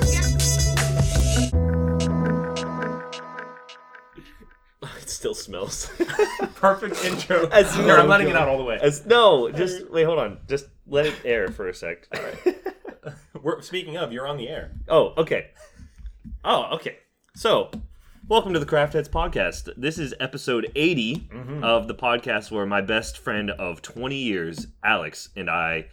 Eagles. Perfect intro. As Here, you- I'm letting it out all the way. As, no, just wait. Hold on. Just let it air for a sec. All right. We're, speaking of, you're on the air. Oh, okay. Oh, okay. So, welcome to the Craft Heads podcast. This is episode 80 of the podcast where my best friend of 20 years, Alex, and I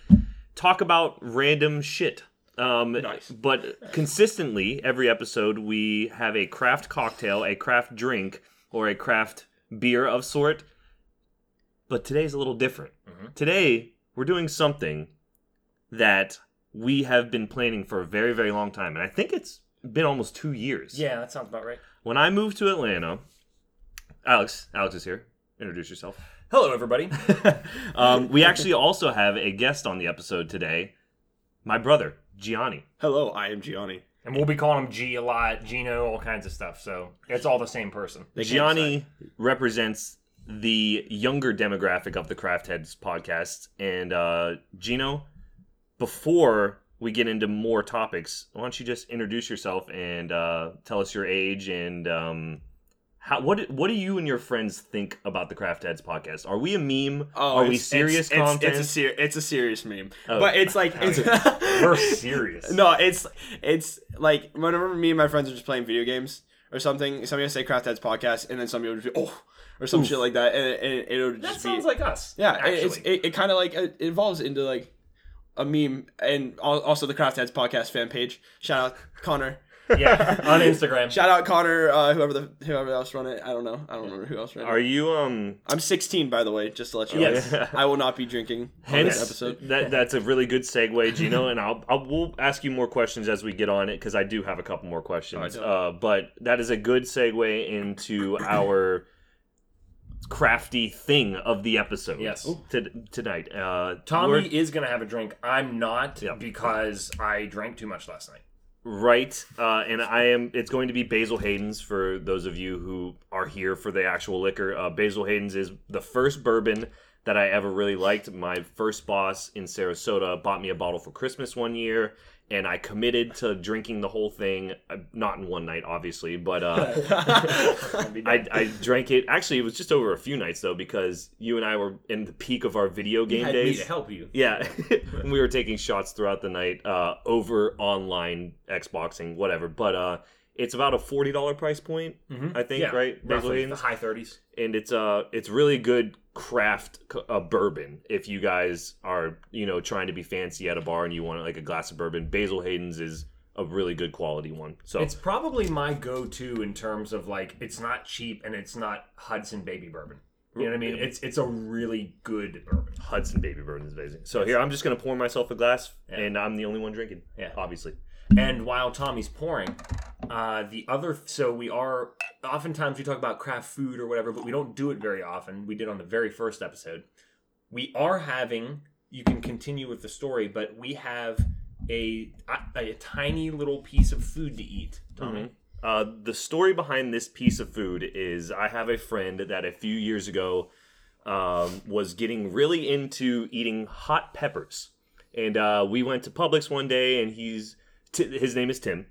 talk about random shit. Um, Nice. But consistently, every episode, we have a craft cocktail, a craft drink, or a craft beer of sort. But today's a little different. Today, we're doing something that we have been planning for a very, very long time. And I think it's been almost two years. Yeah, that sounds about right. When I moved to Atlanta, Alex, Alex is here. Introduce yourself. Hello, everybody. um, we actually also have a guest on the episode today, my brother, Gianni. Hello, I am Gianni. and we'll be calling him G a lot, Gino, all kinds of stuff. So it's all the same person. They can't Gianni represents the younger demographic of the Craft Heads podcast. And uh, Gino, before we get into more topics, why don't you just introduce yourself and uh, tell us your age and um, how what what do you and your friends think about the Craft Heads podcast? Are we a meme? Oh, Are it's- we it's- serious it's, content? It's, a ser- it's a serious meme, but it's like it's, We're serious. no, it's it's like whenever me and my friends are just playing video games or something. Somebody will say Craft Heads podcast, and then somebody will just be oh or some shit like that, and, it- and it'll just that be sounds like us. yeah. it- actually. It's, it it kind of like it evolves into like a meme, and al- also the Craft Heads podcast fan page. Shout out Connor. yeah, on Instagram. Shout out Connor. Uh, whoever the whoever else run it, I don't know. I don't remember who else ran it. Are you um I'm 16, by the way, just to let you Yes. know. I will not be drinking on Hence, this episode. that that's a really good segue, Gino, and I'll, I'll we'll ask you more questions as we get on it because I do have a couple more questions. Oh, I uh, but that is a good segue into our crafty thing of the episode. Yes. to, tonight. Uh, Tommy we're- is gonna have a drink. I'm not Yeah. because I drank too much last night. right? Uh, and I am. It's going to be Basil Hayden's for those of you who are here for the actual liquor. Uh, Basil Hayden's is the first bourbon that I ever really liked. My first boss in Sarasota bought me a bottle for Christmas one year, and I committed to drinking the whole thing. Uh, not in one night, obviously, but. Uh, I, I drank it. Actually, it was just over a few nights though, because you and I were in the peak of our video game I need days. to help you. Yeah, and we were taking shots throughout the night uh, over online Xboxing, whatever. But uh, it's about a forty dollar price point, I think, Mm-hmm. Yeah, right? Basil roughly the Hayden's? high thirties. and it's uh, it's really good craft c- uh, bourbon. If you guys are you know trying to be fancy at a bar and you want like a glass of bourbon, Basil Hayden's is a really good quality one. So It's probably my go-to in terms of like it's not cheap and it's not Hudson baby bourbon. You know what I mean? It's it's a really good bourbon. Hudson Baby Bourbon is amazing. So here I'm just gonna pour myself a glass, and I'm the only one drinking. Yeah. obviously. And while Tommy's pouring, uh, the other so we are oftentimes we talk about craft food or whatever, but we don't do it very often. We did on the very first episode. We are having you can continue with the story, but we have a a, a tiny little piece of food to eat. Tommy, Uh, the story behind this piece of food is I have a friend that a few years ago um, was getting really into eating hot peppers. And uh, we went to Publix one day, and he's t- his name is Tim.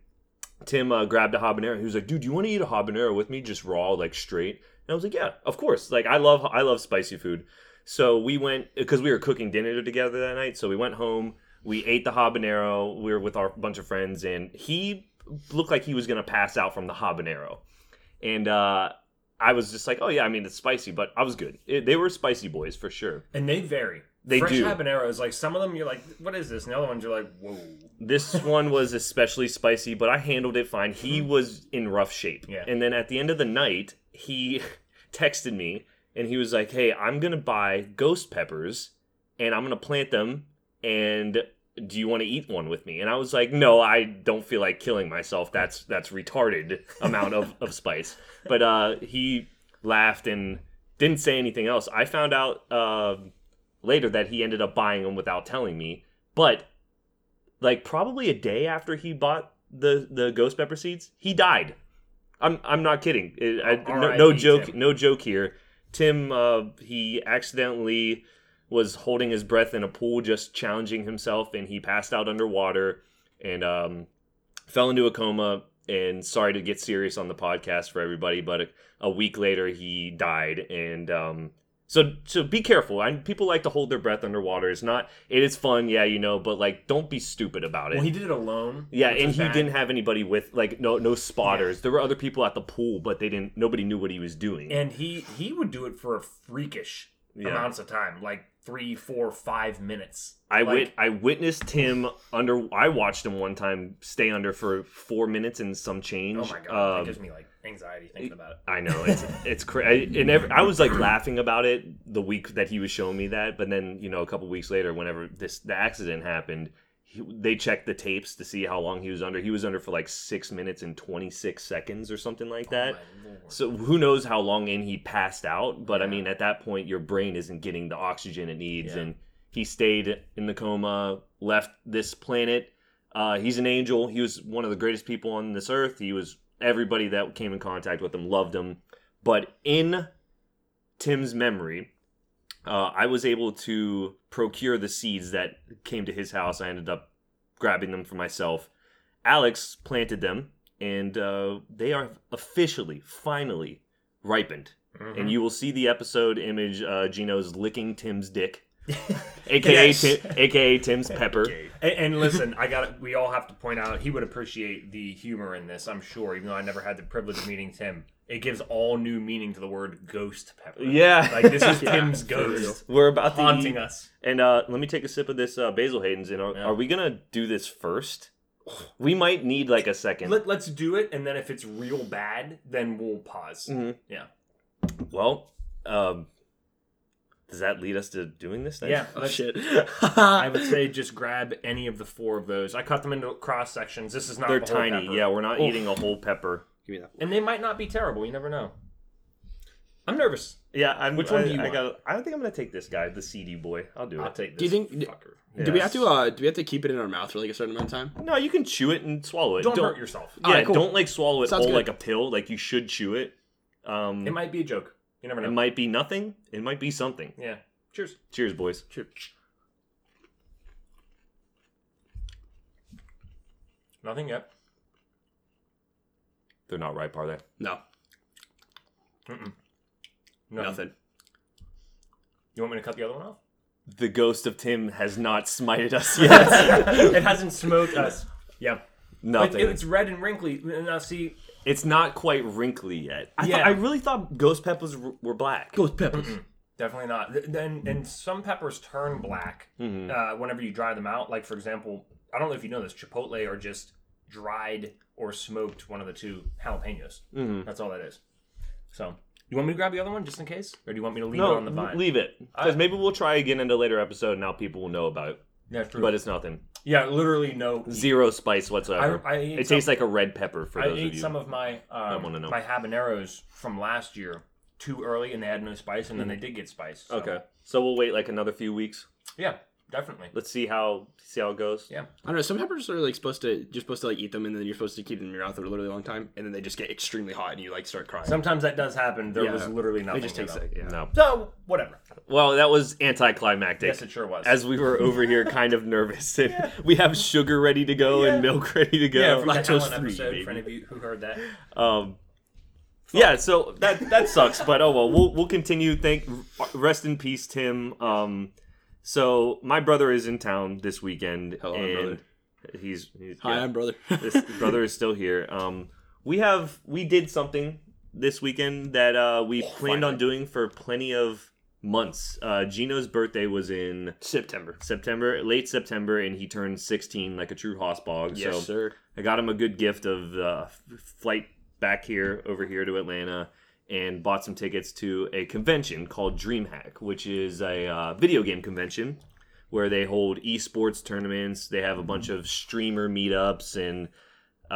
Tim uh, grabbed a habanero. He was like, "Dude, you want to eat a habanero with me, just raw, like straight?" And I was like, "Yeah, of course. Like, I love I love spicy food." So we went because we were cooking dinner together that night. So we went home. We ate the habanero. We were with our bunch of friends, and he looked like he was gonna pass out from the habanero. And uh, I was just like, "Oh yeah, I mean it's spicy, but I was good. It, they were spicy boys for sure." and they vary. They Fresh do. habaneros, like some of them, you're like, "What is this?" And the other ones, you're like, "Whoa!" This one was especially spicy, but I handled it fine. He was in rough shape. Yeah. And then at the end of the night, he texted me and he was like, Hey, I'm going to buy ghost peppers and I'm going to plant them. And do you want to eat one with me? And I was like, No, I don't feel like killing myself. That's that's retarded amount of, of spice. But uh, he laughed and didn't say anything else. I found out uh, later that he ended up buying them without telling me. But like probably a day after he bought the the ghost pepper seeds, he died. I'm I'm not kidding. It- I- no, no R.I.P., joke. Tim. No joke here. Tim, uh, he accidentally was holding his breath in a pool, just challenging himself, and he passed out underwater and um, fell into a coma. and sorry to get serious on the podcast for everybody, but a, a week later he died, and um, so so be careful. I, people like to hold their breath underwater. It's not. It is fun, yeah, you know, but like don't be stupid about it. Well, he did it alone. yeah, which and was he bad. didn't have anybody with like no no spotters. There were other people at the pool, but they didn't. Nobody knew what he was doing. And he he would do it for freakish Yeah. amounts of time, like three, four, five minutes. I like, wit I witnessed him under. I watched him one time stay under for four minutes and some change. Oh my god, Um, uh, it gives me like anxiety thinking about it. I know it's it's crazy. And every, I was like laughing about it the week that he was showing me that, but then you know a couple weeks later, whenever this the accident happened, he, they checked the tapes to see how long he was under. He was under for like six minutes and twenty six seconds or something like that. Oh My lord. So who knows how long in he passed out? But I mean, at that point, your brain isn't getting the oxygen it needs, Yeah. and he stayed in the coma, left this planet. Uh, he's an angel. He was one of the greatest people on this earth. He was everybody that came in contact with him loved him. But in Tim's memory, uh, I was able to procure the seeds that came to his house. I ended up grabbing them for myself. Alex planted them, and uh, they are officially, finally ripened. Mhm. And you will see the episode image uh, Gino's licking Tim's dick, aka Yes. Tim, aka Tim's pepper. And, and listen, I got. We all have to point out he would appreciate the humor in this. I'm sure, even though I never had the privilege of meeting Tim, it gives all new meaning to the word ghost pepper. Yeah. like this is Yeah, Tim's for ghost We're about to haunting eat- us. And uh, let me take a sip of this uh, Basil Hayden's. And are, are we gonna do this first? We might need like a second. Let, let's do it, and then if it's real bad, then we'll pause. Mhm. Yeah, Well, um, does that lead us to doing this? Then? yeah. let's- shit. I would say just grab any of the four of those. I cut them into cross sections. This is not They're the whole tiny. pepper. Yeah, we're not eating a whole pepper. Give me that. and they might not be terrible. You never know. I'm nervous. Yeah, I'm, Which one I- do you I want? got. I don't think I'm gonna take this guy, the CD boy. I'll do it. I'll take this. Do you think- Fucker. Do we Yes. have to? Uh, do we have to keep it in our mouth for like a certain amount of time? No, you can chew it and swallow it. Don't, hurt yourself. Yeah, Alright, cool. don't like swallow it Sounds whole good. like a pill. Like you should chew it. Um, It might be a joke. You never know. it might be nothing. It might be something. Yeah. Cheers. Cheers, boys. Nothing yet. They're not ripe, are they? No, Nothing. nothing. You want me to cut the other one off? The ghost of Tim has not smited us yet. it hasn't smoked us. Yeah. It, nothing. it's red and wrinkly. Now see, It's not quite wrinkly yet. I, Yeah. thought, I really thought ghost peppers were were black. Ghost peppers. definitely not. Th- Then and some peppers turn black Mm-hmm. uh, whenever you dry them out. Like for example, I don't know if you know this, chipotle are just dried or smoked one of the two jalapenos. Mm-hmm. That's all that is. So you want me to grab the other one just in case, or do you want me to leave it No, on the vine? leave it because maybe we'll try again in a later episode. and Now people will know about it, yeah, true. but it's nothing. yeah, literally no. Zero spice whatsoever. I- I ate it some- tastes like a red pepper for I those of ate you. some of my um, wanna know. my habaneros from last year too early, and they had no spice, and then they did get spice. so- okay, so we'll wait like another few weeks. Yeah, definitely. Let's see how see how it goes. Yeah. I don't know. Some peppers are like supposed to. You're supposed to like eat them, and then you're supposed to keep them in your mouth for a literally long time, and then they just get extremely hot, and you like start crying. Sometimes that does happen. There Yeah. was literally nothing. it just in takes them. like yeah. No. So whatever. Well, that was anticlimactic. Yes, it sure was. As we were over here, kind of nervous, and we have sugar ready to go and milk ready to go. yeah, from the lactose Helen free, episode, baby. for any of you who heard that. Um, yeah, so that that sucks, but oh well. We'll we'll continue. Thank, rest in peace, Tim. Um, so my brother is in town this weekend, Hello, and brother. he's, he's Hi, yeah, I'm brother. this brother is still here. Um, we have we did something this weekend that uh, Oh, we planned on doing for plenty of months. Uh, Gino's birthday was in September. September, late September, and he turned 16 like a true hossbog. Yes, so sir. I got him a good gift of uh, f- flight back here over here to Atlanta and bought some tickets to a convention called DreamHack, which is a uh, video game convention where they hold esports tournaments. They have a bunch of streamer meetups and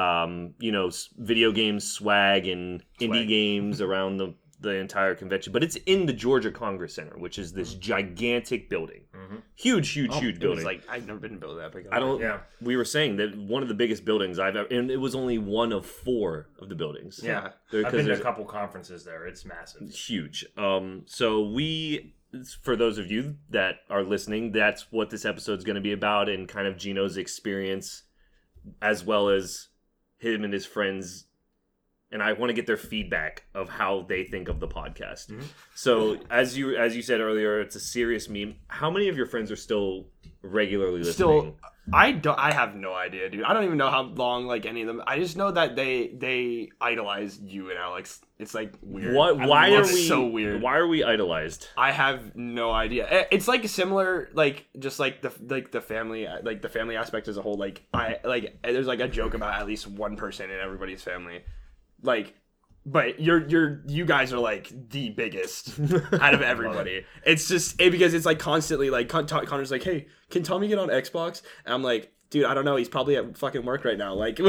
um, you know s- video game swag and indie games around the the entire convention. But it's in the Georgia Congress Center, which is this gigantic building, huge, huge, huge Mm-hmm. Oh, It was building. like I've never been built that big. I don't. Yeah. We were saying that one of the biggest buildings I've ever, and it was only one of four of the buildings. Yeah. There- I've 'cause been to a there's- couple conferences there. It's massive. huge. Um, so we, for those of you that are listening, that's what this episode's going to be about, and kind of Gino's experience, as well as him and his friends, and I want to get their feedback of how they think of the podcast. Mm-hmm. So as you as you said earlier, it's a serious meme. How many of your friends are still regularly listening? Still, I don't. I have no idea, dude. I don't even know how long like any of them. I just know that they they idolize you and Alex. It's like weird. What? I Why mean, are it's we so weird? Why are we idolized? I have no idea. I- It's like similar, like just like the like the family, like the family aspect as a whole. Like I like eh, there's like a joke about at least one person in everybody's family, like. But you're you're you guys are like the biggest out of everybody. It's just it, because it's like constantly like Con- Con- Connor's like, hey, can Tommy get on Xbox? And I'm like, dude, I don't know. He's probably at fucking work right now. Like he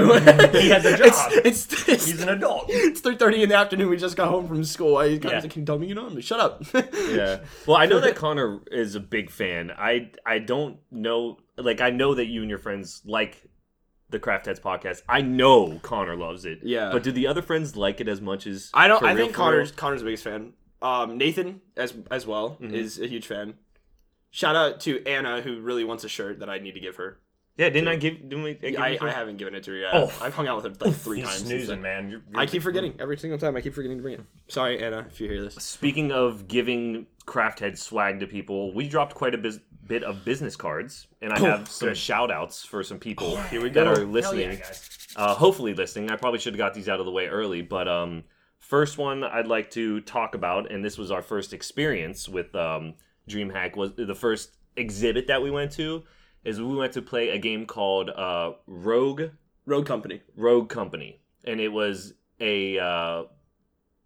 has a job. It's, it's, it's He's an adult. it's three thirty in the afternoon. We just got home from school. I Yeah. like, "Can you tell me you know?" I'm like, "Shut up." Yeah. Well, I know that Connor is a big fan. I I don't know. Like I know that you and your friends like the Craft Heads podcast. I know Connor loves it. Yeah. But do the other friends like it as much as I don't. For I real, think for real? Connor's Connor's the biggest fan. Um, Nathan as as well Mm-hmm. is a huge fan. Shout out to Anna who really wants a shirt that I need to give her. Yeah. Didn't I give? Didn't we? I, give I, you- I haven't given it to her yet. Oh. I've hung out with her like three You're times. snoozing, man. You're, I keep forgetting every single time. I keep forgetting to bring it. Sorry, Anna, if you hear this. Speaking of giving Craft Head swag to people, we dropped quite a bus- bit of business cards, and I have some shout outs for some people Here we that go. are Hell yeah, listening. guys. uh, hopefully listening. I probably should have got these out of the way early, but um, first one I'd like to talk about, and this was our first experience with um, DreamHack. Was the first exhibit that we went to is we went to play a game called uh, Rogue Road Company. Rogue Company, and it was a uh,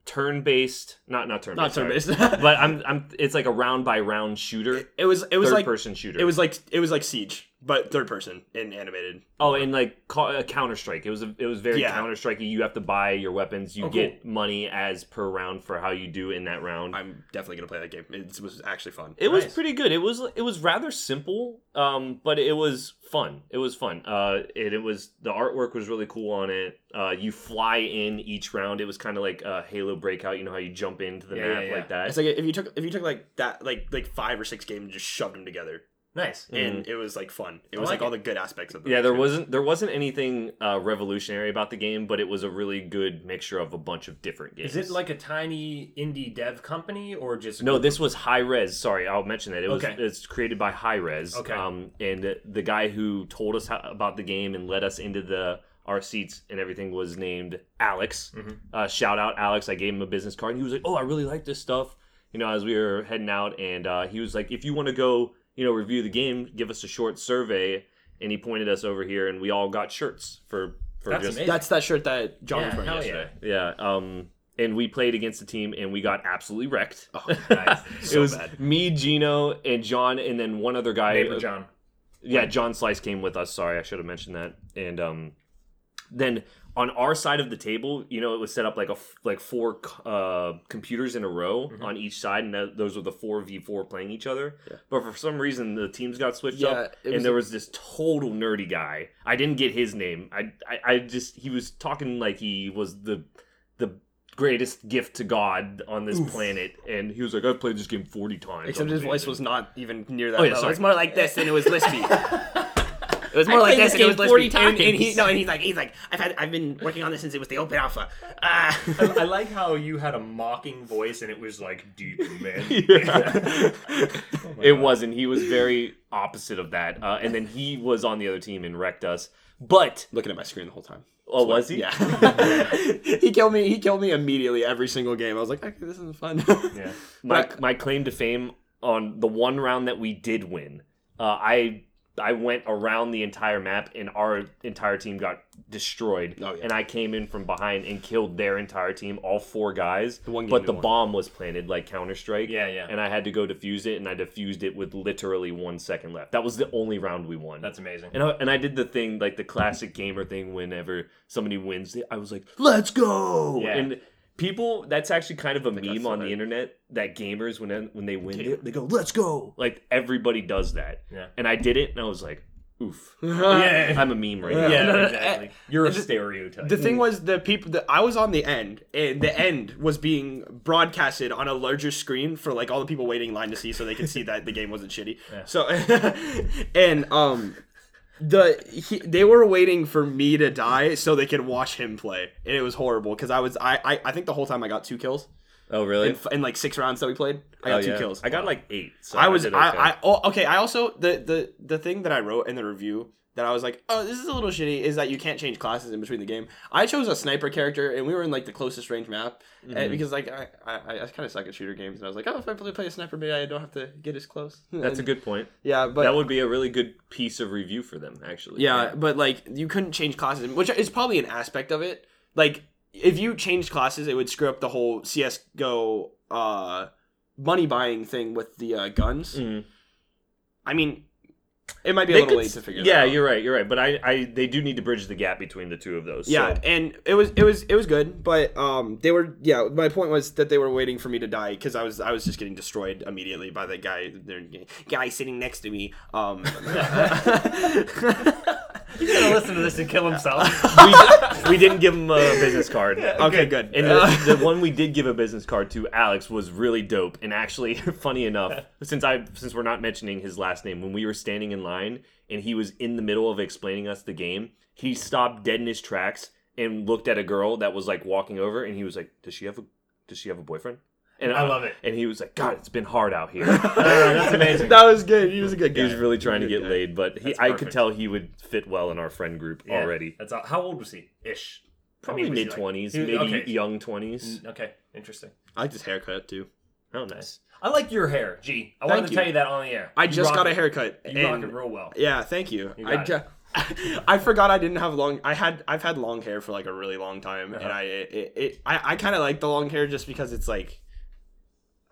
turn-based, not not turn-based, Not turn sorry. based. but I'm I'm it's like a round by round shooter, it was it was third like person shooter. it was like it was like Siege, but third person and animated. Oh, and like ca- uh, Counter Strike, it was a, it was very Yeah. Counter Strike. You have to buy your weapons. You Oh, get money as per round for how you do in that round. I'm definitely gonna play that game. It was actually fun. it was nice. pretty good. It was it was rather simple, um, but it was fun. It was fun. Uh, it, it was the artwork was really cool on it. Uh, you fly in each round. It was kind of like uh, Halo Breakout. You know how you jump into the Yeah, map yeah, yeah. like that. It's like if you took if you took like that like like five or six games and just shoved them together, Nice. and it was like fun. It I was like Mm. like, all it. the good aspects of the yeah, there wasn't there wasn't anything uh, revolutionary about the game, but it was a really good mixture of a bunch of different games. Is it like a tiny indie dev company or just No, this was High Res. Sorry, I'll mention that it was. Okay. It's created by High Res. Okay. Um, and the guy who told us how, about the game and led us into the our seats and everything was named Alex. Mm-hmm. Uh, shout out Alex! I gave him a business card. and He was like, "Oh, I really like this stuff." You know, as we were heading out, and uh, he was like, "If you want to go, you know, review the game, give us a short survey." And he pointed us over here, and we all got shirts for for That's just amazing. That's that shirt that John Yeah, was wearing hell yeah. yesterday. yeah. Um, and we played against the team, and we got absolutely wrecked. nice. it So was bad. me, Gino, and John, and then one other guy. Paper John? Yeah, John Slice came with us. Sorry, I should have mentioned that. And um, then on our side of the table, you know, it was set up like a f- like four uh, computers in a row Mm-hmm. on each side, and tho- those were the four v four playing each other. But for some reason, the teams got switched Yeah, up, it and was- there was this total nerdy guy. I didn't get his name. I, I I just he was talking like he was the the greatest gift to God on this planet, and he was like, "I've played this game forty times." Except I'm his voice amazing." was not even near that. Oh, yeah, level. sorry. It's more like this, and it was lispy. it was more I like played this, this and it was game 40 lispy. And, and he times. no, and he's like he's like I've had I've been working on this since it was the open alpha. Ah. I, I like how you had a mocking voice and it was like deep, man. Oh it wasn't. He was very opposite of that. Uh, and then he was on the other team and wrecked us. But Looking at my screen the whole time. oh, was he? Yeah, he killed me. He killed me immediately every single game. I was like, okay, this isn't fun. yeah. My my claim to fame on the one round that we did win, uh, I I went around the entire map and our entire team got destroyed. Oh, yeah. And I came in from behind and killed their entire team, all four guys. one game but we the won. bomb was planted like Counter Strike. Yeah, yeah. And I had to go defuse it, and I defused it with literally one second left. That was the only round we won. That's amazing. And I, and I did the thing like the classic gamer thing. Whenever somebody wins, I was like, "Let's go!" Yeah. And people, that's actually kind of a meme that's on the- the internet that gamers when when they win, they, they go, "Let's go!" Like everybody does that. Yeah. And I did it, and I was like, "Oof, Yeah. I'm a meme right now." Yeah, no, eh, no, exactly. You're a the- stereotype. The thing Mm. was the people that I was on the end, and the end was being broadcasted on a larger screen for like all the people waiting in line to see, so they could see that the game wasn't shitty. So, and um, the he, they were waiting for me to die so they could watch him play, and it was horrible because I was I, I I think the whole time I got two kills Oh, really? in, f- in like six rounds that we played. Oh, I got two yeah. kills. I got like eight. So I was did okay. I, I oh, okay. I also the the the thing that I wrote in the review that I was like, oh, this is a little shitty, is that you can't change classes in between the game. I chose a sniper character, and we were in like the closest range map and- Mm-hmm. because like I I, I kind of suck at shooter games, and I was like, oh, if I play, play a sniper, maybe I don't have to get as close. That's a And- good point. yeah, but that would be a really good piece of review for them, actually. yeah, but like you couldn't change classes, which is probably an aspect of it. Like if you changed classes, it would screw up the whole CS:GO uh, money buying thing with the uh, guns. Mhm. I mean, it might be a They little could late s- to figure. yeah, that out. you're right. You're right. But I, I, they do need to bridge the gap between the two of those. Yeah, so- and it was it was it was good, but um, they were yeah. My point was that they were waiting for me to die because I was I was just getting destroyed immediately by that guy their guy sitting next to me. Um, He's gonna listen to this and kill himself. we, we didn't give him a business card. okay, good. And Uh, the, the one we did give a business card to Alex was really dope. And actually, funny enough, since I since we're not mentioning his last name, when we were standing in line and he was in the middle of explaining us the game, he stopped dead in his tracks and looked at a girl that was like walking over, and he was like, "Does she have a Does she have a boyfriend?" And I love it. And he was like, "God, it's been hard out here." that's amazing. that was good. He was a good guy. He was really trying to Good get guy. laid, but he, That's I could perfect. tell he would fit well in our friend group Yeah, already. That's all. how old was he? Ish. Probably was he mid twenties, like- maybe he- okay. young twenties. Okay, interesting. I like this haircut too. Oh, nice. I like your hair, G. I Thank wanted to you. tell you that on the air. I You just rock got a it. haircut. You rock and- it real well. yeah, thank you. I got ju- I forgot I didn't have long. I had I've had long hair for like a really long time, Uh-huh. and I it, it, it I, I kind of like the long hair just because it's like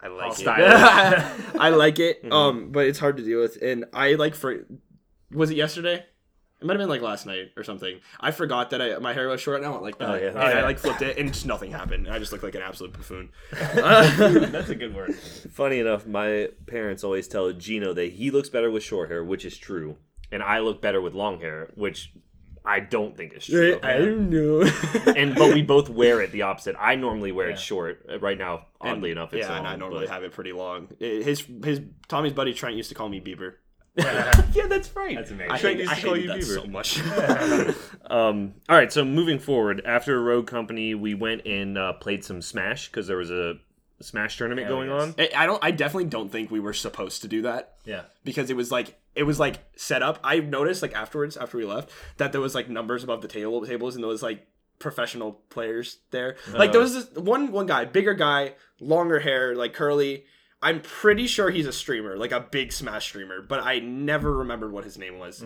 I like it. stylish. I like it. Mm-hmm. Um, but it's hard to deal with, and I like for was it yesterday? It might have been like last night or something. I forgot that I, my hair was short and I went like that. yeah. And Oh, I yeah. like flipped it and just nothing happened. I just looked like an absolute buffoon. That's a good word. Funny enough, my parents always tell Gino that he looks better with short hair, which is true, and I look better with long hair, which I don't think is true. I don't know. and but we both wear it the opposite. I normally wear Yeah. it short. Uh, Right now, And- oddly enough, it's yeah, and long, I normally but- have it pretty long. I- his his Tommy's buddy Trent used to call me Bieber. Yeah, that's right. That's amazing. I, Trent hate, used I to call hated you that Bieber. so much. Um, all right, so moving forward, after Rogue Company, we went and uh, played some Smash because there was a Smash tournament Hell going yes. on. I I don't. I definitely don't think we were supposed to do that Yeah. because it was like it was like set up. I noticed like afterwards after we left that there was like numbers above the table tables and there was like professional players there. Like Uh. there was this one one guy, bigger guy, longer hair, like curly. I'm pretty sure he's a streamer, like a big Smash streamer, but I never remembered what his name was.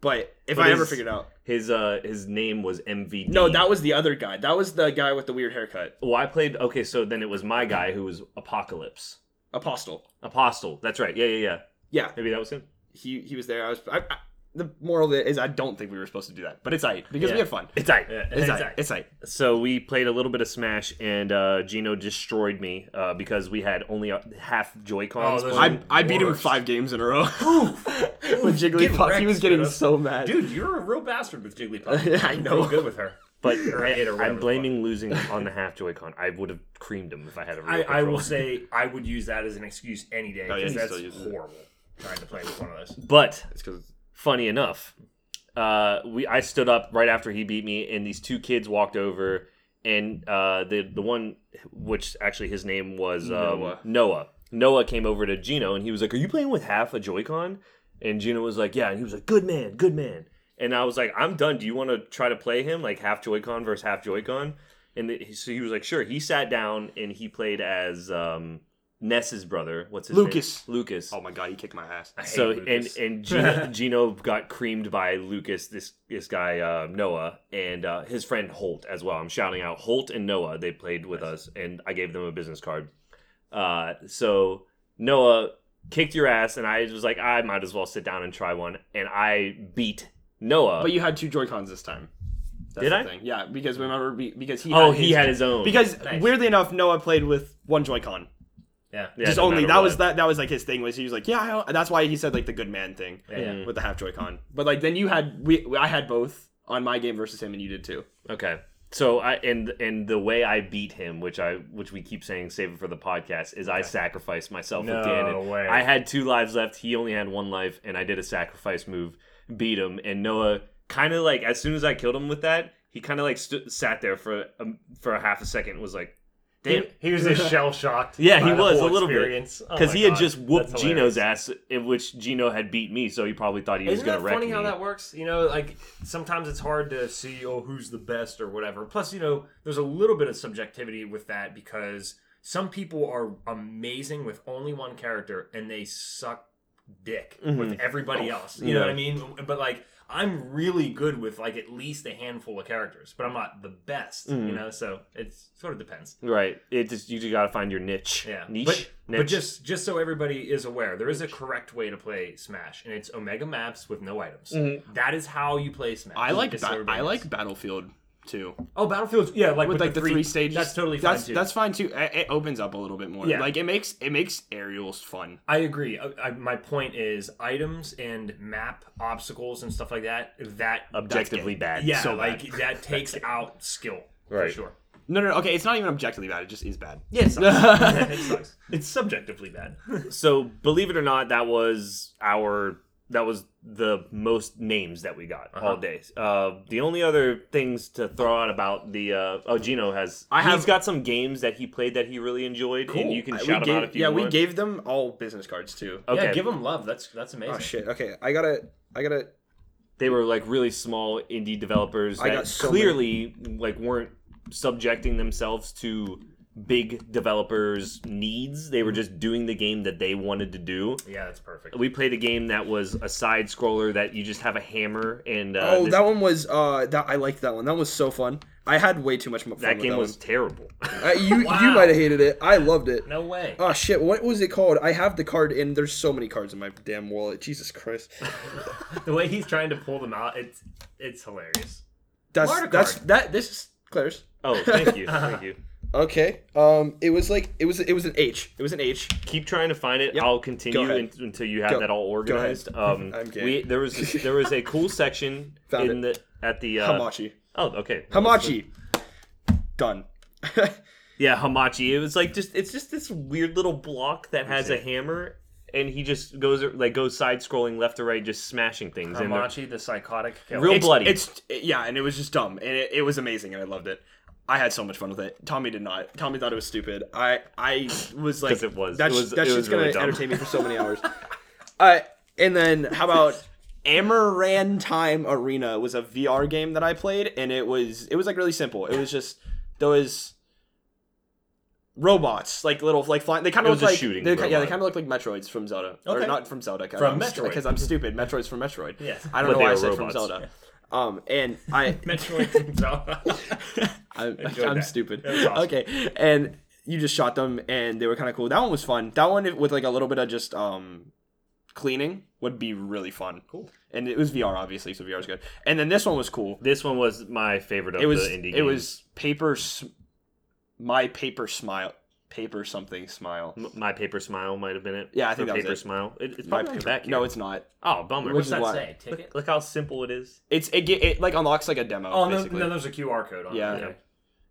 But if I ever Mm-hmm. his- figured out, His uh his name was MVD. no, that was the other guy. That was the guy with the weird haircut, well, I played. Okay, so then it was my guy who was Apocalypse Apostle. Apostle. That's right. Yeah, yeah, yeah. Yeah, Maybe that was him. he he was there. I was. I, I, the moral of it is, I don't think we were supposed to do that, but it's aight because Yeah. we had fun. It's I. Yeah. It's aight. aight. It's aight. So we played a little bit of Smash, and uh, Gino destroyed me uh, because we had only uh, half Joy Cons. Oh, those I, I beat him Worst. five games in a row. With With Jigglypuff, he was getting so mad. Dude, you're a real bastard with Jigglypuff. Yeah, I You're know. real good with her. but Or I, eight or whatever am the blaming losing on the half Joy Con. I would have creamed him if I had a real I, I controller. will say I would use that as an excuse any day Oh, yeah, because he that's still uses it. horrible. Trying to play with one of those. But it's because funny enough, uh, we I stood up right after he beat me, and these two kids walked over, and uh, the the one which actually his name was um, Noah. Noah. Noah. came over to Gino, and he was like, "Are you playing with half a Joy-Con?" And Gino was like, "Yeah," and he was like, "Good man, good man." And I was like, "I'm done. Do you want to try to play him like half Joy-Con versus half Joy-Con?" And the, so he was like, "Sure." He sat down and he played as um, Ness's brother. What's his Lucas. name? Lucas. oh my god, he kicked my ass. I hate So and Lucas. and Gino, Gino got creamed by Lucas, this this guy uh, Noah, and uh, his friend Holt as well. I'm shouting out Holt and Noah. They played with us, and I gave them a business card. Uh, so Noah kicked your ass, and I was like, I might as well sit down and try one, and I beat Noah. But you had two Joy Cons this time. That's Did the I? Thing. Yeah, because remember be- because he oh, had he his- had his own because Nice. weirdly enough, Noah played with one Joy Con. yeah. Yeah, Just no only matter that was what. that that was like his thing was he was like yeah I don't- that's why he said like the good man thing Hmm. Yeah. with the half Joy Con. But like then you had we I had both on my game versus him and you did too. Okay. So I and and the way I beat him, which I which we keep saying save it for the podcast, is I sacrificed myself No again. And way. I had two lives left. He only had one life, and I did a sacrifice move. beat him, and Noah kind of like as soon as I killed him with that, he kind of like st- sat there for um, for a half a second, and was like, "Damn." He was just shell shocked. Yeah, he by the was, whole a little bit. experience. Oh Because my he had God, just whooped that's Gino's hilarious. ass, in which Gino had beat me, so he probably thought he was Isn't going that to wreck funny me. how that works? You know, like sometimes it's hard to see oh who's the best or whatever. Plus, you know, there's a little bit of subjectivity with that because some people are amazing with only one character and they suck dick with everybody else. You know what I mean? But like I'm really good with like at least a handful of characters, but I'm not the best, you know? So it sort of depends. Right. It just you just got to find your niche. Yeah. Niche. But, but Niche. just just so everybody is aware, there is a correct way to play Smash, and it's Omega maps with no items. That is how you play Smash. Mm-hmm. I like Just so ba- everybody I like knows. Battlefield too. Oh, Battlefield. Yeah, like with, like the, three, stages. That's totally fine that's too. that's fine too. It, it opens up a little bit more. Yeah. Like it makes it makes aerials fun. I agree. I, I, my point is items and map obstacles and stuff like that. That objectively bad. yeah, so bad. like that takes out skill Right. for sure. No, no, no. Okay, it's not even objectively bad. It just is bad. Yes, it sucks. It's subjectively bad. So believe it or not, that was our that was the most names that we got all Uh-huh. day. Uh, the only other things to throw out about the uh, oh Gino has I have- he's got some games that he played that he really enjoyed, and you can Uh, we shout them gave- out if you Yeah, want. we gave them all business cards too. Okay, Yeah, give them love. That's that's amazing. Oh shit. Okay, I gotta I gotta they were like really small indie developers I that got so clearly like weren't subjecting themselves to big developers' needs. Mm-hmm. They were just doing the game that they wanted to do. Yeah, that's perfect. We played a game that was a side scroller that you just have a hammer and uh, Oh, this- that one was uh that I liked that one. That was so fun. I had way too much mo- fun that with game that was terrible. one. Uh, you you Wow. might have hated it. I loved it. No way. Oh shit, what was it called? I have the card and there's so many cards in my damn wallet. Jesus Christ. the way he's trying to pull them out, it's it's hilarious. That's Marta that's card. that this is Claire's. oh, thank you, thank you. Okay. Um it was like it was it was an H. It was an H. Keep trying to find it. I'll continue ahead. in- until you have Go- that all go ahead. organized. Um, I'm gay. we there was this, there was a cool section Found in the at the uh, Hamachi. oh okay Hamachi. Done. Yeah, Hamachi. It was like just it's just this weird little block that has a hammer, and he just goes like goes side scrolling left to right, just smashing things. and they're- Hamachi, the psychotic killer. Real it's, bloody. It's yeah, and it was just dumb, and it, it was amazing, and I loved it. I had so much fun with it. Tommy did not. Tommy thought it was stupid. I I was like, 'Cause it was. That's, It was- that it shit's was gonna really dumb. entertain me for so many hours. uh, and then how about Amarantime Arena was a VR game that I played, and it was it was like really simple. It was just there was robots like little like flying. They kind It of was look a like shooting they, yeah, they robot. kind of look like Metroids from Zelda, or Okay. not from Zelda. 'cause From I'm Metroid. because I'm stupid. Metroid's from Metroid. Yes. I don't But know they why are I said robots. from Zelda. Um, and I, Metroid from Zelda. I Enjoyed I'm that. stupid. That was awesome. Okay, and you just shot them, and they were kind of cool. That one was fun. That one with like a little bit of just um cleaning would be really fun. Cool. And it was VR, obviously, so VR is good. And then this one was cool. this one was my favorite of It was the indie. it games. was paper, s- my paper smile, paper something smile. M- my paper smile might have been it. Yeah, I think Or that was paper it. smile. It, it's probably My on the Paper- back. Here. no, it's not. oh bummer. What's Which Look, that Why? say? Ticket? look how simple it is. It's it ge- it like unlocks like a demo. Oh, no, basically. no, there's a QR code on Yeah. it. Okay.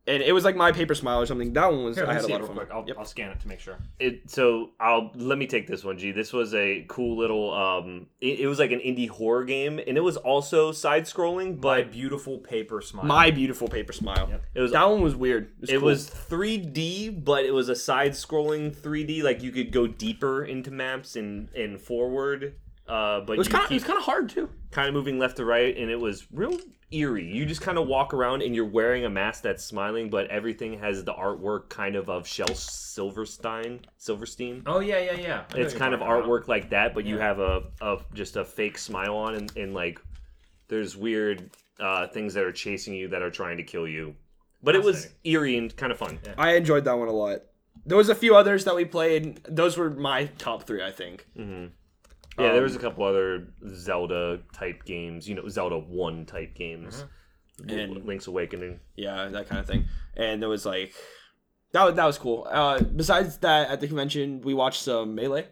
and it was like my paper smile or something. That one was Here, I let me had a see it lot real of fun. quick. I'll, I'll scan it to make sure. It, so I'll let me take this one, G. This was a cool little. um It, it was like an indie horror game, and it was also side scrolling, My but beautiful paper smile. My beautiful paper smile. It was- that one was weird. It cool. was 3D, but it was a side-scrolling 3D. Like you could go deeper into maps and and forward, uh, but It was you kind of it keep was kind of hard too. kind of moving left to right, and it was real eerie. You just kind of walk around and you're wearing a mask that's smiling, but everything has the artwork kind of of Shel Silverstein, Silverstein. oh, yeah, yeah, yeah. I know it's what kind of you're talking about. artwork like that, but you have a, a just a fake smile on, and, and like there's weird uh, things that are chasing you that are trying to kill you. But it was eerie and kind of fun. I enjoyed that one a lot. There was a few others that we played. Those were my top three, I think. Yeah, there Um, was a couple other Zelda type games, you know, Zelda one type games, Uh-huh. Mm-hmm. W- And- Link's Awakening. Yeah, that kind of thing. And there was like that. Was, that was cool. Uh, besides that, at the convention, we watched some melee.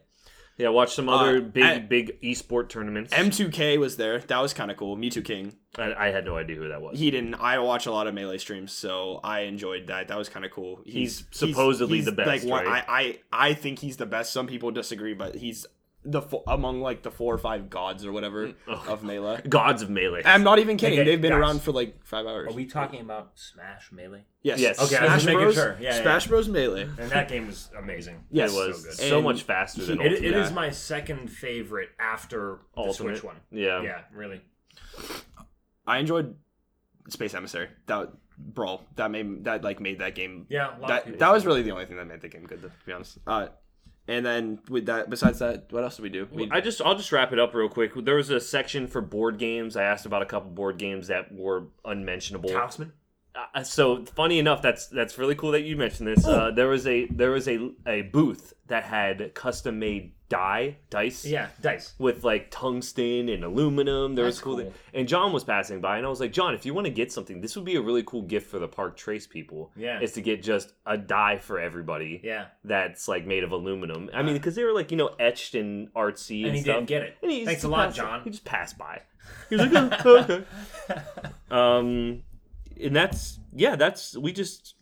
Yeah, watch some other Uh, big I- big esport tournaments. M2K was there. That was kind of cool. Mewtwo King. I, I had no idea who that was. He didn't. I watch a lot of melee streams, so I enjoyed that. That was kind of cool. He's supposedly the best, Like one, right? I, I, I think he's the best. Some people disagree, but he's the fo- among like the four or five gods or whatever of melee. Gods of melee. I'm not even kidding. Mm, oh. Okay, They've been guys. around for like five hours. Are we talking about Smash Melee? yes. Yes. Okay, I was Smash just making Bros. sure. Yeah, yeah, Smash Bros. Melee. And that game was amazing. Yes. it so good. was so, And much faster than It, it Ultimate. is my second favorite after the Ultimate. Switch one. Yeah. Yeah, really. I enjoyed Space Emissary. That brawl that made that like made that game. Yeah, a lot of people That that was really the only thing that made the game good. To be honest. Uh, and then with that, besides that, what else did we do? We, I just I'll just wrap it up real quick. There was a section for board games. I asked about a couple board games that were unmentionable. Talisman. Uh, so funny enough, that's that's really cool that you mentioned this. Uh, there was a there was a a booth that had custom made die dice. Yeah, dice. With like tungsten and aluminum, there was That's cool. cool. And John was passing by, and I was like, John, if you want to get something, this would be a really cool gift for the Park Trace people. Yeah. is to get just a die for everybody. Yeah. that's like made of aluminum. I mean, because they were like you know etched and artsy, and, And he stuff. didn't get it. And he Thanks just a lot, passed- He John. just passed by. He was like, "Oh, okay. um, and that's yeah, that's we just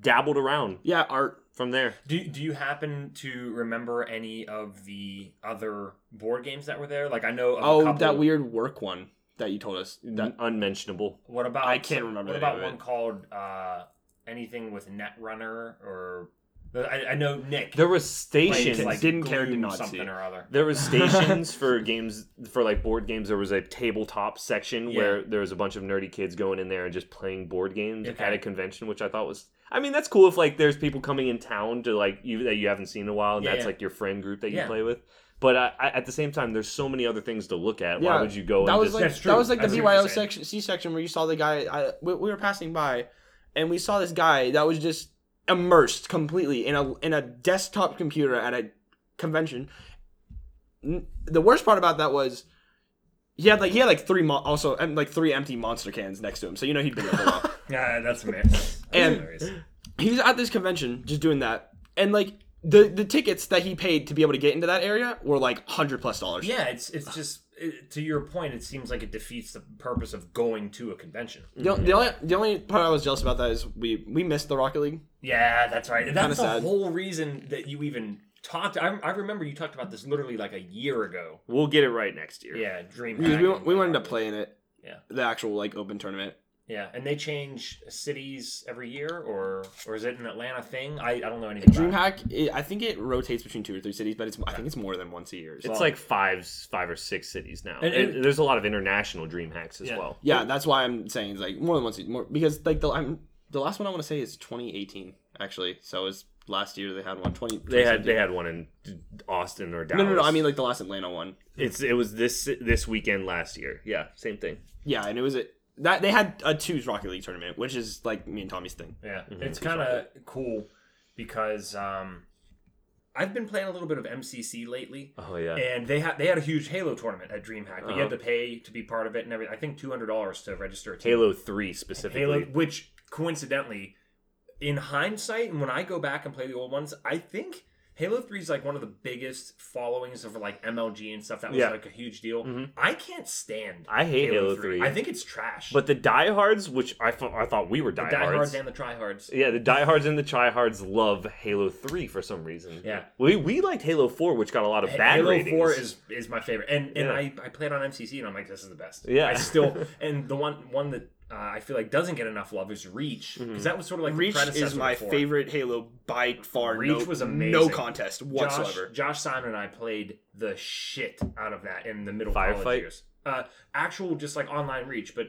dabbled around yeah, art. from there. Do, do you happen to remember any of the other board games that were there? Like I know of a Oh, couple- that weird work one that you told us. That Unmentionable. What about I can't remember What the about name of one it. called uh, anything with Netrunner or I, I know Nick There was played, stations. Patience. like Didn't care, did Gloom not see. something or other. there was stations for games for like board games. There was a tabletop section where there was a bunch of nerdy kids going in there and just playing board games Okay. at a convention, which I thought was. I mean, that's cool if like there's people coming in town to like you that you haven't seen in a while, and Yeah, that's yeah. like your friend group that you Yeah. play with. But I, I, at the same time, there's so many other things to look at. Why Yeah, would you go? that and was just, like That's that true. was like the I see what you're BYO saying. section C section where you saw the guy. I we, we were passing by, and we saw this guy that was just immersed completely in a in a desktop computer at a convention. N- The worst part about that was. He had like he had like three mo- also and like three empty monster cans next to him, so you know he'd been there for a while. Yeah, that's hilarious. And- That's hilarious. he was at this convention just doing that, and like the the tickets that he paid to be able to get into that area were like hundred plus dollars. yeah, it's it's just it, to your point. It seems like it defeats the purpose of going to a convention. The, the only the only part I was jealous about that is we we missed the Rocket League. Yeah, that's right. And Kinda that's the sad. whole reason that you even talked. I, I remember you talked about this literally like a year ago. we'll get it right next year. Yeah, Dream. Because we, we wanted to play in it. Yeah. The actual like open tournament. Yeah, and they change cities every year, or or is it an Atlanta thing? I, I don't know anything. about it. DreamHack, it, I think it rotates between two or three cities, but it's I think it's more than once a year. So- It's like five, five or six cities now. And- and- And there's a lot of international dream hacks as Yeah. well. yeah, that's why I'm saying it's like more than once a more because like the I'm the last one I want to say is 2018 actually. So it's last year they had one 20. They had they had one in Austin or Dallas. no no no I mean like the last Atlanta one. It's it was this this weekend last year. Yeah, same thing. Yeah, and it was a that they had a twos Rocket League tournament, which is like me and Tommy's thing. Yeah, Mm-hmm. it's kind of cool because um, I've been playing a little bit of MCC lately, Oh yeah. and they had they had a huge Halo tournament at DreamHack. but You had Uh-huh. to pay to be part of it and everything. I think two hundred dollars to register a team. Halo 3 specifically. Halo, which coincidentally, in hindsight, and when I go back and play the old ones, I think Halo Three is like one of the biggest followings of like MLG and stuff. That was Yeah. like a huge deal. Mhm. I can't stand. I hate Halo 3. I think it's trash. But the diehards, which I, thought I thought we were the diehards diehards. and the tryhards. yeah, the diehards and the tryhards love Halo 3 for some reason. Yeah. We, we liked Halo 4, which got a lot of bad Halo ratings. Four is is my favorite, and and Yeah. I I played on MCC, and I'm like, this is the best. Yeah. I still and the one one that. Uh, I feel like doesn't get enough love is Reach Mm-hmm. because that was sort of like Reach the predecessor is my before. favorite Halo by far. Reach no, was amazing. No contest whatsoever. Josh, Josh Simon and I played the shit out of that in the middle Firefight? college years. Uh, actual, just like online Reach, but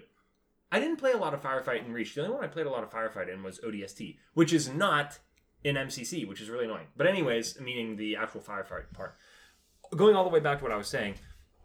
I didn't play a lot of Firefight in Reach. The only one I played a lot of Firefight in was ODST, which is not in MCC, which is really annoying. But anyways, meaning the actual Firefight part. Going all the way back to what I was saying,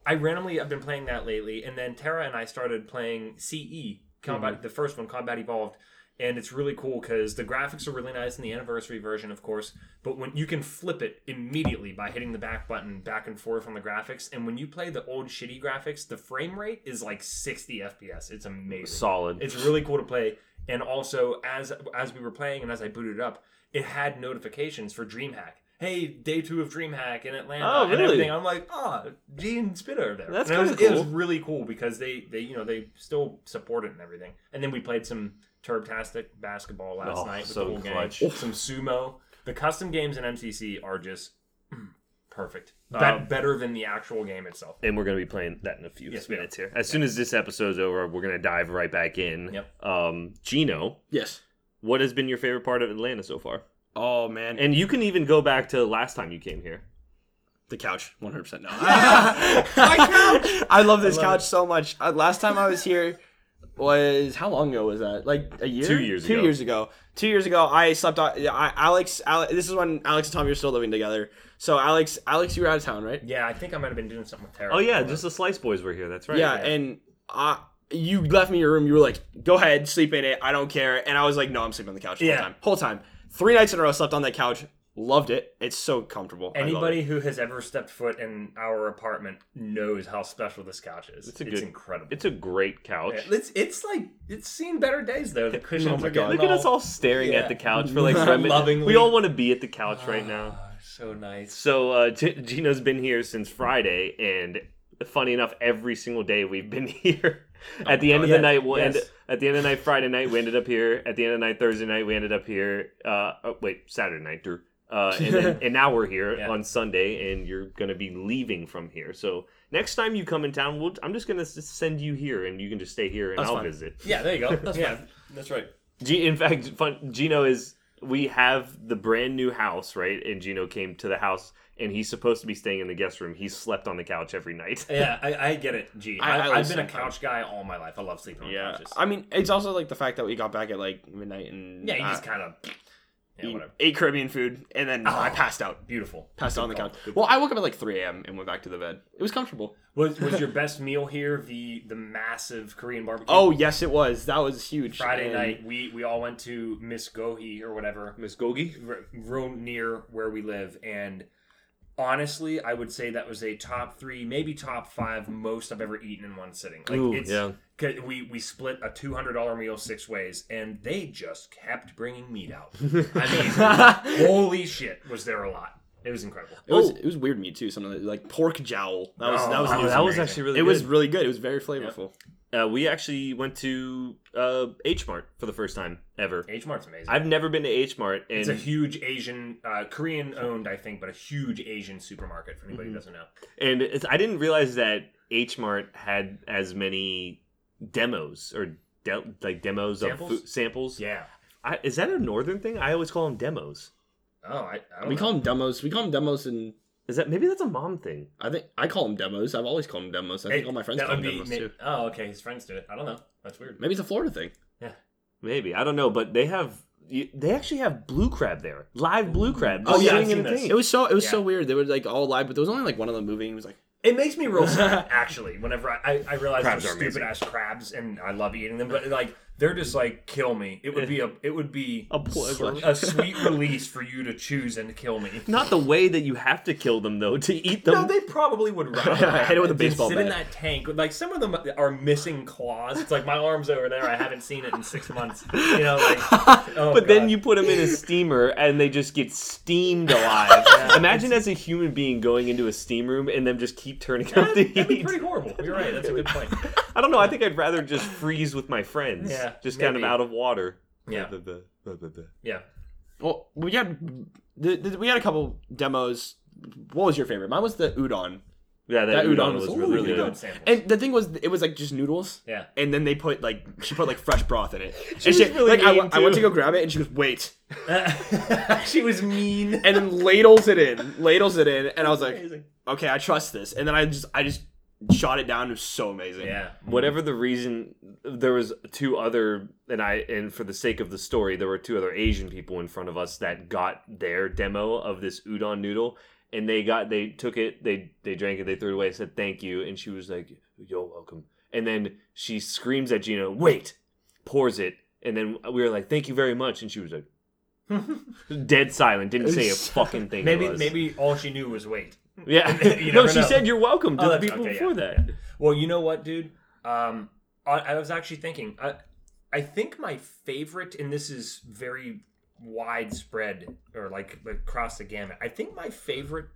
I randomly I've been playing that lately, and then Tara and I started playing CE Combat, the first one, Combat Evolved, and it's really cool because the graphics are really nice in the anniversary version, of course. But when you can flip it immediately by hitting the back button back and forth on the graphics, and when you play the old shitty graphics, the frame rate is like 60 FPS. It's amazing. solid. It's really cool to play. And also, as as we were playing and as I booted it up, it had notifications for DreamHack. Hey, day two of DreamHack in Atlanta Oh, and really? everything. I'm like, oh, Gene Spitter are there. That's And it was- kinda It was cool. really cool because they they you know they still support it and everything. And then we played some Turbtastic basketball last Oh, night with so the whole clutch. gang. Some sumo. The custom games in MCC are just mm, perfect. Uh, Bet- better than the actual game itself. and we're going to be playing that in a few Yes, we are. minutes here. As soon as this episode's over, we're going to dive right back in. Yep. Um, Gino, Yes. what has been your favorite part of Atlanta so far? Oh man, And you can even go back to last time you came here. the couch, one hundred percent. No, I love this couch so much. Uh, last time I was here was how long ago was that? Like a year? Two years Two ago. years ago. Two years ago, I slept. On, yeah, I, Alex, Alex, this is when Alex and Tommy were still living together. So Alex, Alex, you were out of town, right? Yeah, I think I might have been doing something with Tara. Oh yeah, just the Slice Boys were here. That's right. yeah, and I, you left me your room. You were like, "Go ahead, sleep in it. I don't care." And I was like, "No, I'm sleeping on the couch the Yeah. whole time." Whole time, three nights in a row, slept on that couch. Loved it. It's so comfortable. I love Anybody it. who has ever stepped foot in our apartment knows how special this couch is. It's, a good- incredible. it's a great couch. It's it's like it's seen better days though. The cushions Oh my are God. getting Look at us all staring Yeah. at the couch for like five minutes. Lovingly. We all want to be at the couch right now. Ah, so nice. So uh, G- Gino's been here since Friday, and funny enough, every single day we've been here. Oh at the end of the Yes, night, we'll end. yes. At the end of the night, Friday night, we ended up here. At the end of the night, Thursday night, we ended up here. Uh, oh, wait, Saturday night, Drew. Uh, and, then, and now we're here Yeah. on Sunday, and you're gonna be leaving from here. So next time you come in town, we'll, I'm just gonna s- send you here, and you can just stay here, and That's I'll fine. visit. Yeah, there you go. That's yeah, that's right. G- in fact, fun, Gino is. We have the brand new house, right? And Gino came to the house, and he's supposed to be staying in the guest room. He slept on the couch every night. Yeah, I, I get it. Gee, I- I I, I, like have been a sleeping. couch guy all my life. I love sleeping on Yeah, couches. I mean, it's also like the fact that we got back at like midnight and yeah, you uh, just kind of yeah, eat- whatever. Oh. ate Caribbean food, and then I passed out. Beautiful. Passed out on the couch. Well, I woke up at like 3 a.m. and went back to the bed. It was comfortable. Was was your best meal here the the massive Korean barbecue? Oh yes, it was. That was huge. Friday And- night we we all went to Miss Gohi or whatever Miss Gogi? r- real near where we live and honestly i would say that was a top three maybe top five most i've ever eaten in one sitting like Ooh, it's yeah. 'cause we we split a $200 meal six ways and they just kept bringing meat out i mean holy shit was there a lot it was incredible It was it was weird meat too. Something like pork jowl. That was that was, Oh, new. that was amazing. actually really it was good. really good. It was very flavorful. Uh, we actually went to uh, H Mart for the first time ever. h mart's amazing I've never been to H Mart, and it's a huge asian uh, korean owned i think but a huge asian supermarket for anybody who Mm-hmm. doesn't know and it's, I didn't realize that H Mart had as many demos or de- like demos Samples? of food samples. yeah I, is that a northern thing? I always call them demos. oh i, I don't We know. call them demos. We call them demos, and Is that maybe that's a mom thing? I think I call them demos. I've always called them demos. I think all my friends That call them would be demos ma- too. Oh, okay. His friends do it. I don't know. That's weird. Maybe it's a Florida thing. Maybe I don't know, but they have you- they actually have blue crab there, live blue crab. Oh, just yeah, sitting I've seen in a this. thing. It was so it was so Yeah. weird. They were like all live, but there was only like one of them moving. It was like It makes me real sad, actually. Whenever I, I, I realize Crabs they're are amazing. stupid ass crabs, and I love eating them, but like they're just like kill me. It would be a it would be A pleasure. a sweet release for you to choose and kill me. Not the way that you have to kill them though to eat them. No, they probably would rather Hit it with a than baseball sit in bat. that tank. Like some of them are missing claws. It's like my arm's over there. I haven't seen it in six months. You know, like. Oh, but then God. you put them in a steamer and they just get steamed alive. Imagine as a human being going into a steam room and them just keep turning out the That'd be heat. pretty horrible. You're right. That's a good point. I don't know. I think I'd rather just freeze with my friends. Yeah, just kind of maybe. out of water. Yeah. Blah, blah, blah, blah, blah. Yeah. Well, "Oh, we had the, the, we had a couple demos. What was your favorite? Mine was the udon. Yeah, that, That udon, was really, really good. good. samples. And the thing was, it was like just noodles. Yeah. And then they put like she put like fresh broth in it. and was she, really like I, mean, went- I went too. to go grab it, and she goes wait, she was mean. and then ladles it in, ladles it in, and I was like, okay, I trust this. And then I just I just shot it down. It was so amazing. Yeah. whatever the reason there was two other and i and for the sake of the story there were two other asian people in front of us that got their demo of this udon noodle and they got they took it they they drank it they threw it away said thank you and she was like you're welcome and then she screams at gina wait pours it and then we were like thank you very much and she was like dead silent didn't say a fucking thing to Maybe us. maybe all she knew was wait. yeah you no never she know. said you're welcome to Oh, the that's- people okay, before yeah, that Well, you know what, dude? Um, I, I was actually thinking. I, I think my favorite, and this is very widespread or like across the gamut. I think my favorite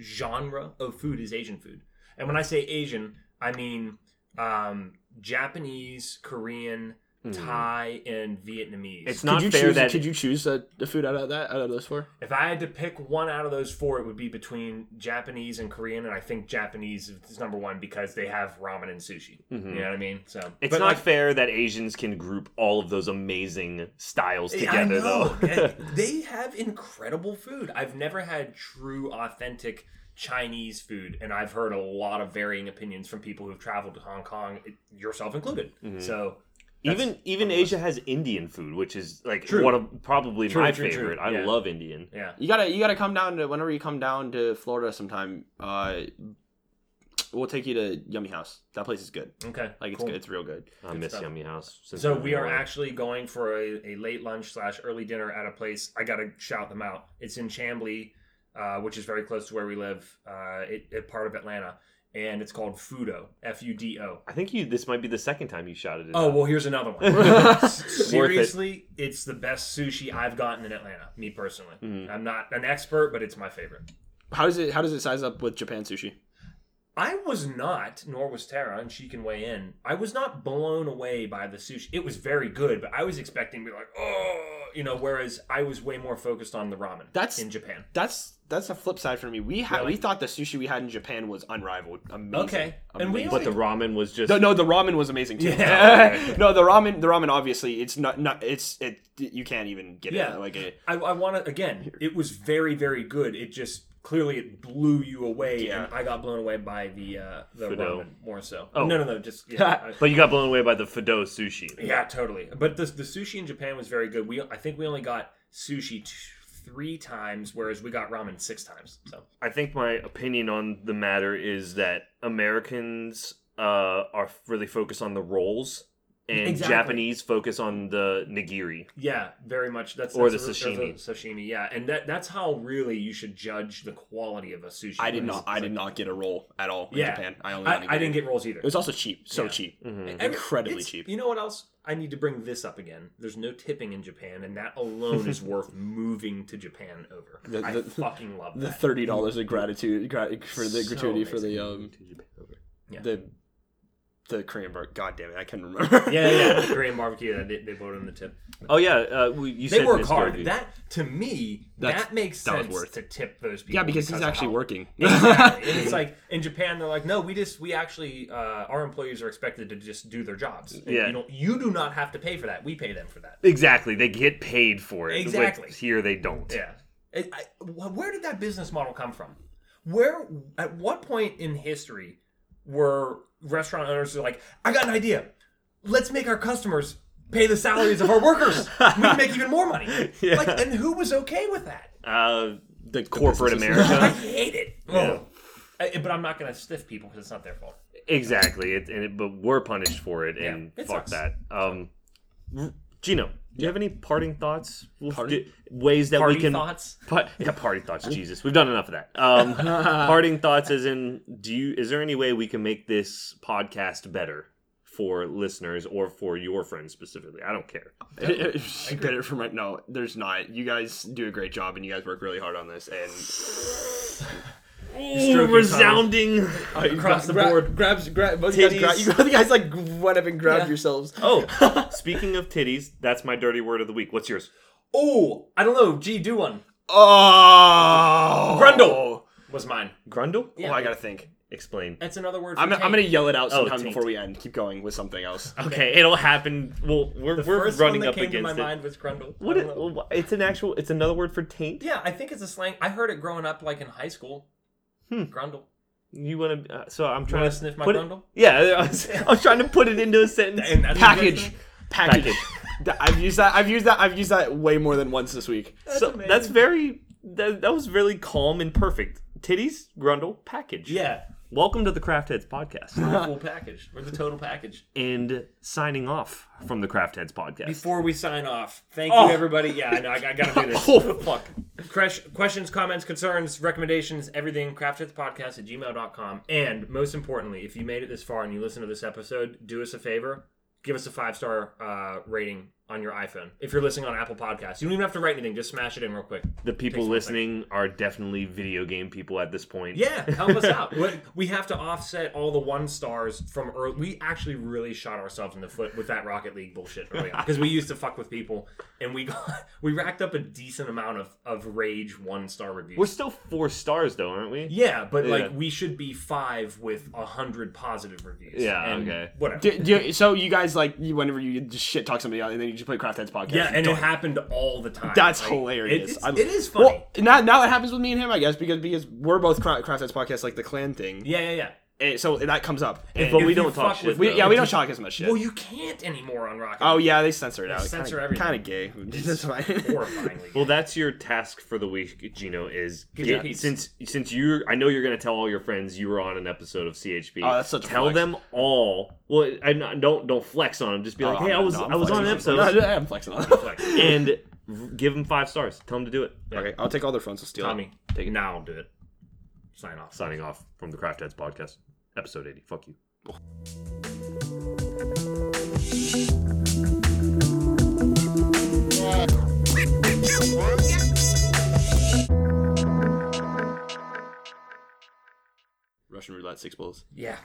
genre of food is Asian food, and when I say Asian, I mean um, Japanese, Korean, Thai, and Vietnamese. It's Could not you fair choose, that could you choose uh, the food out of that out of those four? if I had to pick one out of those four, it would be between Japanese and Korean, and I think Japanese is number one because they have ramen and sushi. You know what I mean? So Mm-hmm. it's but not like, fair that Asians can group all of those amazing styles I together, know. though. Yeah, they have incredible food. I've never had true, authentic Chinese food, and I've heard a lot of varying opinions from people who've traveled to Hong Kong, yourself included. Mm-hmm. So that's- even even Asia has Indian food, which is like True. one of probably True, my true, true. favorite. I Yeah. love Indian. yeah. You gotta you gotta come down to whenever you come down to Florida sometime. Uh, we'll take you to Yummy House. That place is good. Okay. Like it's cool. good. It's real good. I miss stuff. Yummy House. since So I've we been are away. actually going for a, a late lunch slash early dinner at a place. I gotta shout them out. It's in Chamblee, uh, which is very close to where we live, uh, it, it part of Atlanta, and it's called Fudo, F U D O. I think you. This might be the second time you shouted it. Oh out. well, here's another Worth one. it. Seriously, it's the best sushi I've gotten in Atlanta. Me personally, Mm-hmm. I'm not an expert, but it's my favorite. How does it how does it size up with Japan sushi? I was not, nor was Tara, and she can weigh in. I was not blown away by the sushi. It was very good, but I was expecting to be like, oh, you know. Whereas I was way more focused on the ramen. That's- in Japan. That's that's a flip side for me. We had Really? we thought the sushi we had in Japan was unrivaled. Amazing. Okay, and we Amazing. but the ramen was just. No, no, the ramen was amazing too. Yeah. no, the ramen, the ramen. Obviously, it's not, not, it's, it. You can't even get Yeah. it. Like, it, I, I want to again. It was very, very good. It just clearly it blew you away, Yeah. and I got blown away by the uh, the Fudo. ramen more so. Oh. No, no, no. Just yeah, I- But you got blown away by the Fido sushi. Yeah, totally. But the the sushi in Japan was very good. We I think we only got sushi t- three times, whereas we got ramen six times. So I think my opinion on the matter is that Americans uh, are really focused on the rolls, and Exactly. Japanese focus on the nigiri. yeah, very much. That's Or that's the a- that's a sashimi. sashimi, yeah, and that that's how really you should judge the quality of a sushi. I did place. not, I did not get a roll at all in Yeah. Japan. I only, got a I, I good- didn't get rolls either. It was also cheap, so Yeah. cheap. And incredibly it's- cheap. You know what else? I need to bring this up again. There's no tipping in Japan, and that alone is worth moving to Japan over. The- I the- fucking love The that. thirty dollars of gratitude grat- for the So gratuity for amazing. the um Yeah. the the Korean bar. God damn it, I couldn't remember. yeah, yeah, yeah. Korean barbecue. They, they voted on the tip. Oh yeah, uh, we- you They said work Miss hard. Goldie. That to me, That's- that makes that was sense worth to tip those people. yeah, because he's of actually how- working. Exactly. and it's like in Japan, they're like, no, we just we actually uh, our employees are expected to just do their jobs. And Yeah. you don't you do not have to pay for that. We pay them for that. exactly. They get paid for it. with Exactly. here they don't. Yeah. It, I, wh- where did that business model come from? Where at what point in history were restaurant owners who were like, I got an idea. Let's make our customers pay the salaries of our workers. we can make even more money. Yeah. Like, and who was okay with that? Uh, the corporate businesses. I America. hate it. Oh. I- but I'm not gonna stiff people because it's not their fault. exactly. It, and it, but we're punished for it, Yeah, and it fuck sucks. that. Um, r- Gino, do you have any parting thoughts? We'll Parting- get- ways that Party we can thoughts? But yeah, party thoughts. Jesus, we've done enough of that. Um, parting thoughts, as in, do you? Is there any way we can make this podcast better for listeners or for your friends specifically? I don't care. Better for my no, there's not. You guys do a great job, and you guys work really hard on this. And Ooh, resounding. Across the board. grabs grab. Both you guys gra- you guys like went up and grabbed yourselves. Oh, speaking of titties, that's my dirty word of the week. What's yours? Oh, I don't know. Gee, do one. Oh, Grundle. Was mine. Grundle? Oh, I gotta think. Explain. That's another word. For I'm, I'm tank. gonna yell it out Oh, sometime taint. before we end. Keep going with something else. Okay, it'll happen. Well, we're, The we're first running one that up came to my against it. mind was Grundle. What? I don't It, know. it's an actual. It's another word for taint. Yeah, I think it's a slang. I heard it growing up, like in high school. Grundle. You want to? Uh, so I'm trying wanna to sniff my put grundle? It, yeah, I was, I was trying to put it into a sentence. And that's- Package, Package. package. Th- I've used that. I've used that. I've used that way more than once this week. so that's very. That, that was really calm and perfect. Titties, grundle, package. Yeah, Welcome to the Craft Heads podcast. the full package or the total package. and signing off from the Craft Heads podcast. Before we sign off, thank you everybody. Yeah, I know. I, I gotta do this. Fuck. Crash, questions, comments, concerns, recommendations, everything. Podcast at gmail.com. And most importantly, if you made it this far and you listen to this episode, do us a favor. Give us a five star uh, rating on your iPhone. If you're listening on Apple Podcasts, you don't even have to write anything. Just smash it in real quick. The people one second. listening are definitely video game people at this point. Yeah, help us out. We- We have to offset all the one stars from early. We actually really shot ourselves in the foot with that Rocket League bullshit early on because we used to fuck with people, and we got, we racked up a decent amount of of rage one star reviews. We're still four stars though, aren't we? yeah, but Yeah. like we should be five with a hundred positive reviews. Yeah, and okay. Whatever. Do, do you- so you guys like you, whenever you just shit talk somebody out and then you just play Craft Heads podcast. yeah, and Don't- it happened all the time. that's Like, hilarious. It, I- it's- it is funny. Well, now now it happens with me and him, I guess, because because we're both Cra- Craft Heads podcast like the clan thing. yeah, yeah, yeah. And so that comes up. And- but If we you don't talk fuck shit, with- though. we, yeah, we don't talk as much shit. Well, you can't anymore on Rocket. oh League. yeah, they censor it out. censor everything. Kind of gay. That's fine. horrifyingly. Well, that's your task for the week, Gino. Is me get, peace. since since you, I know you're going to tell all your friends you were on an episode of CHP. Oh, that's such a tell flex. them all. Well, I, not- don't don't flex on them. Just be like, Oh, hey, no, I was no, I'm I was on an flexing. episode, No, I'm flexing on them. Like, and r- give them five stars. Tell them to do it. Okay, I'll take all their phones. I'll steal Tommy, Take it. now I'll do it. Sign off. Signing off from the Craft Heads podcast, episode eighty. Fuck you. Russian roulette, six bowls. Yeah.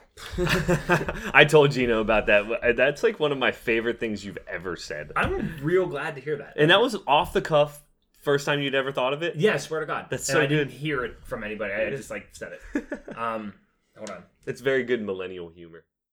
I told Gino about that. That's like one of my favorite things you've ever said, I'm real glad to hear that. and that was off the cuff. First time you'd ever thought of it. yeah, I swear to God. That's and so I didn't good. hear it from anybody. I just like said it. Um, hold on. It's very good millennial humor.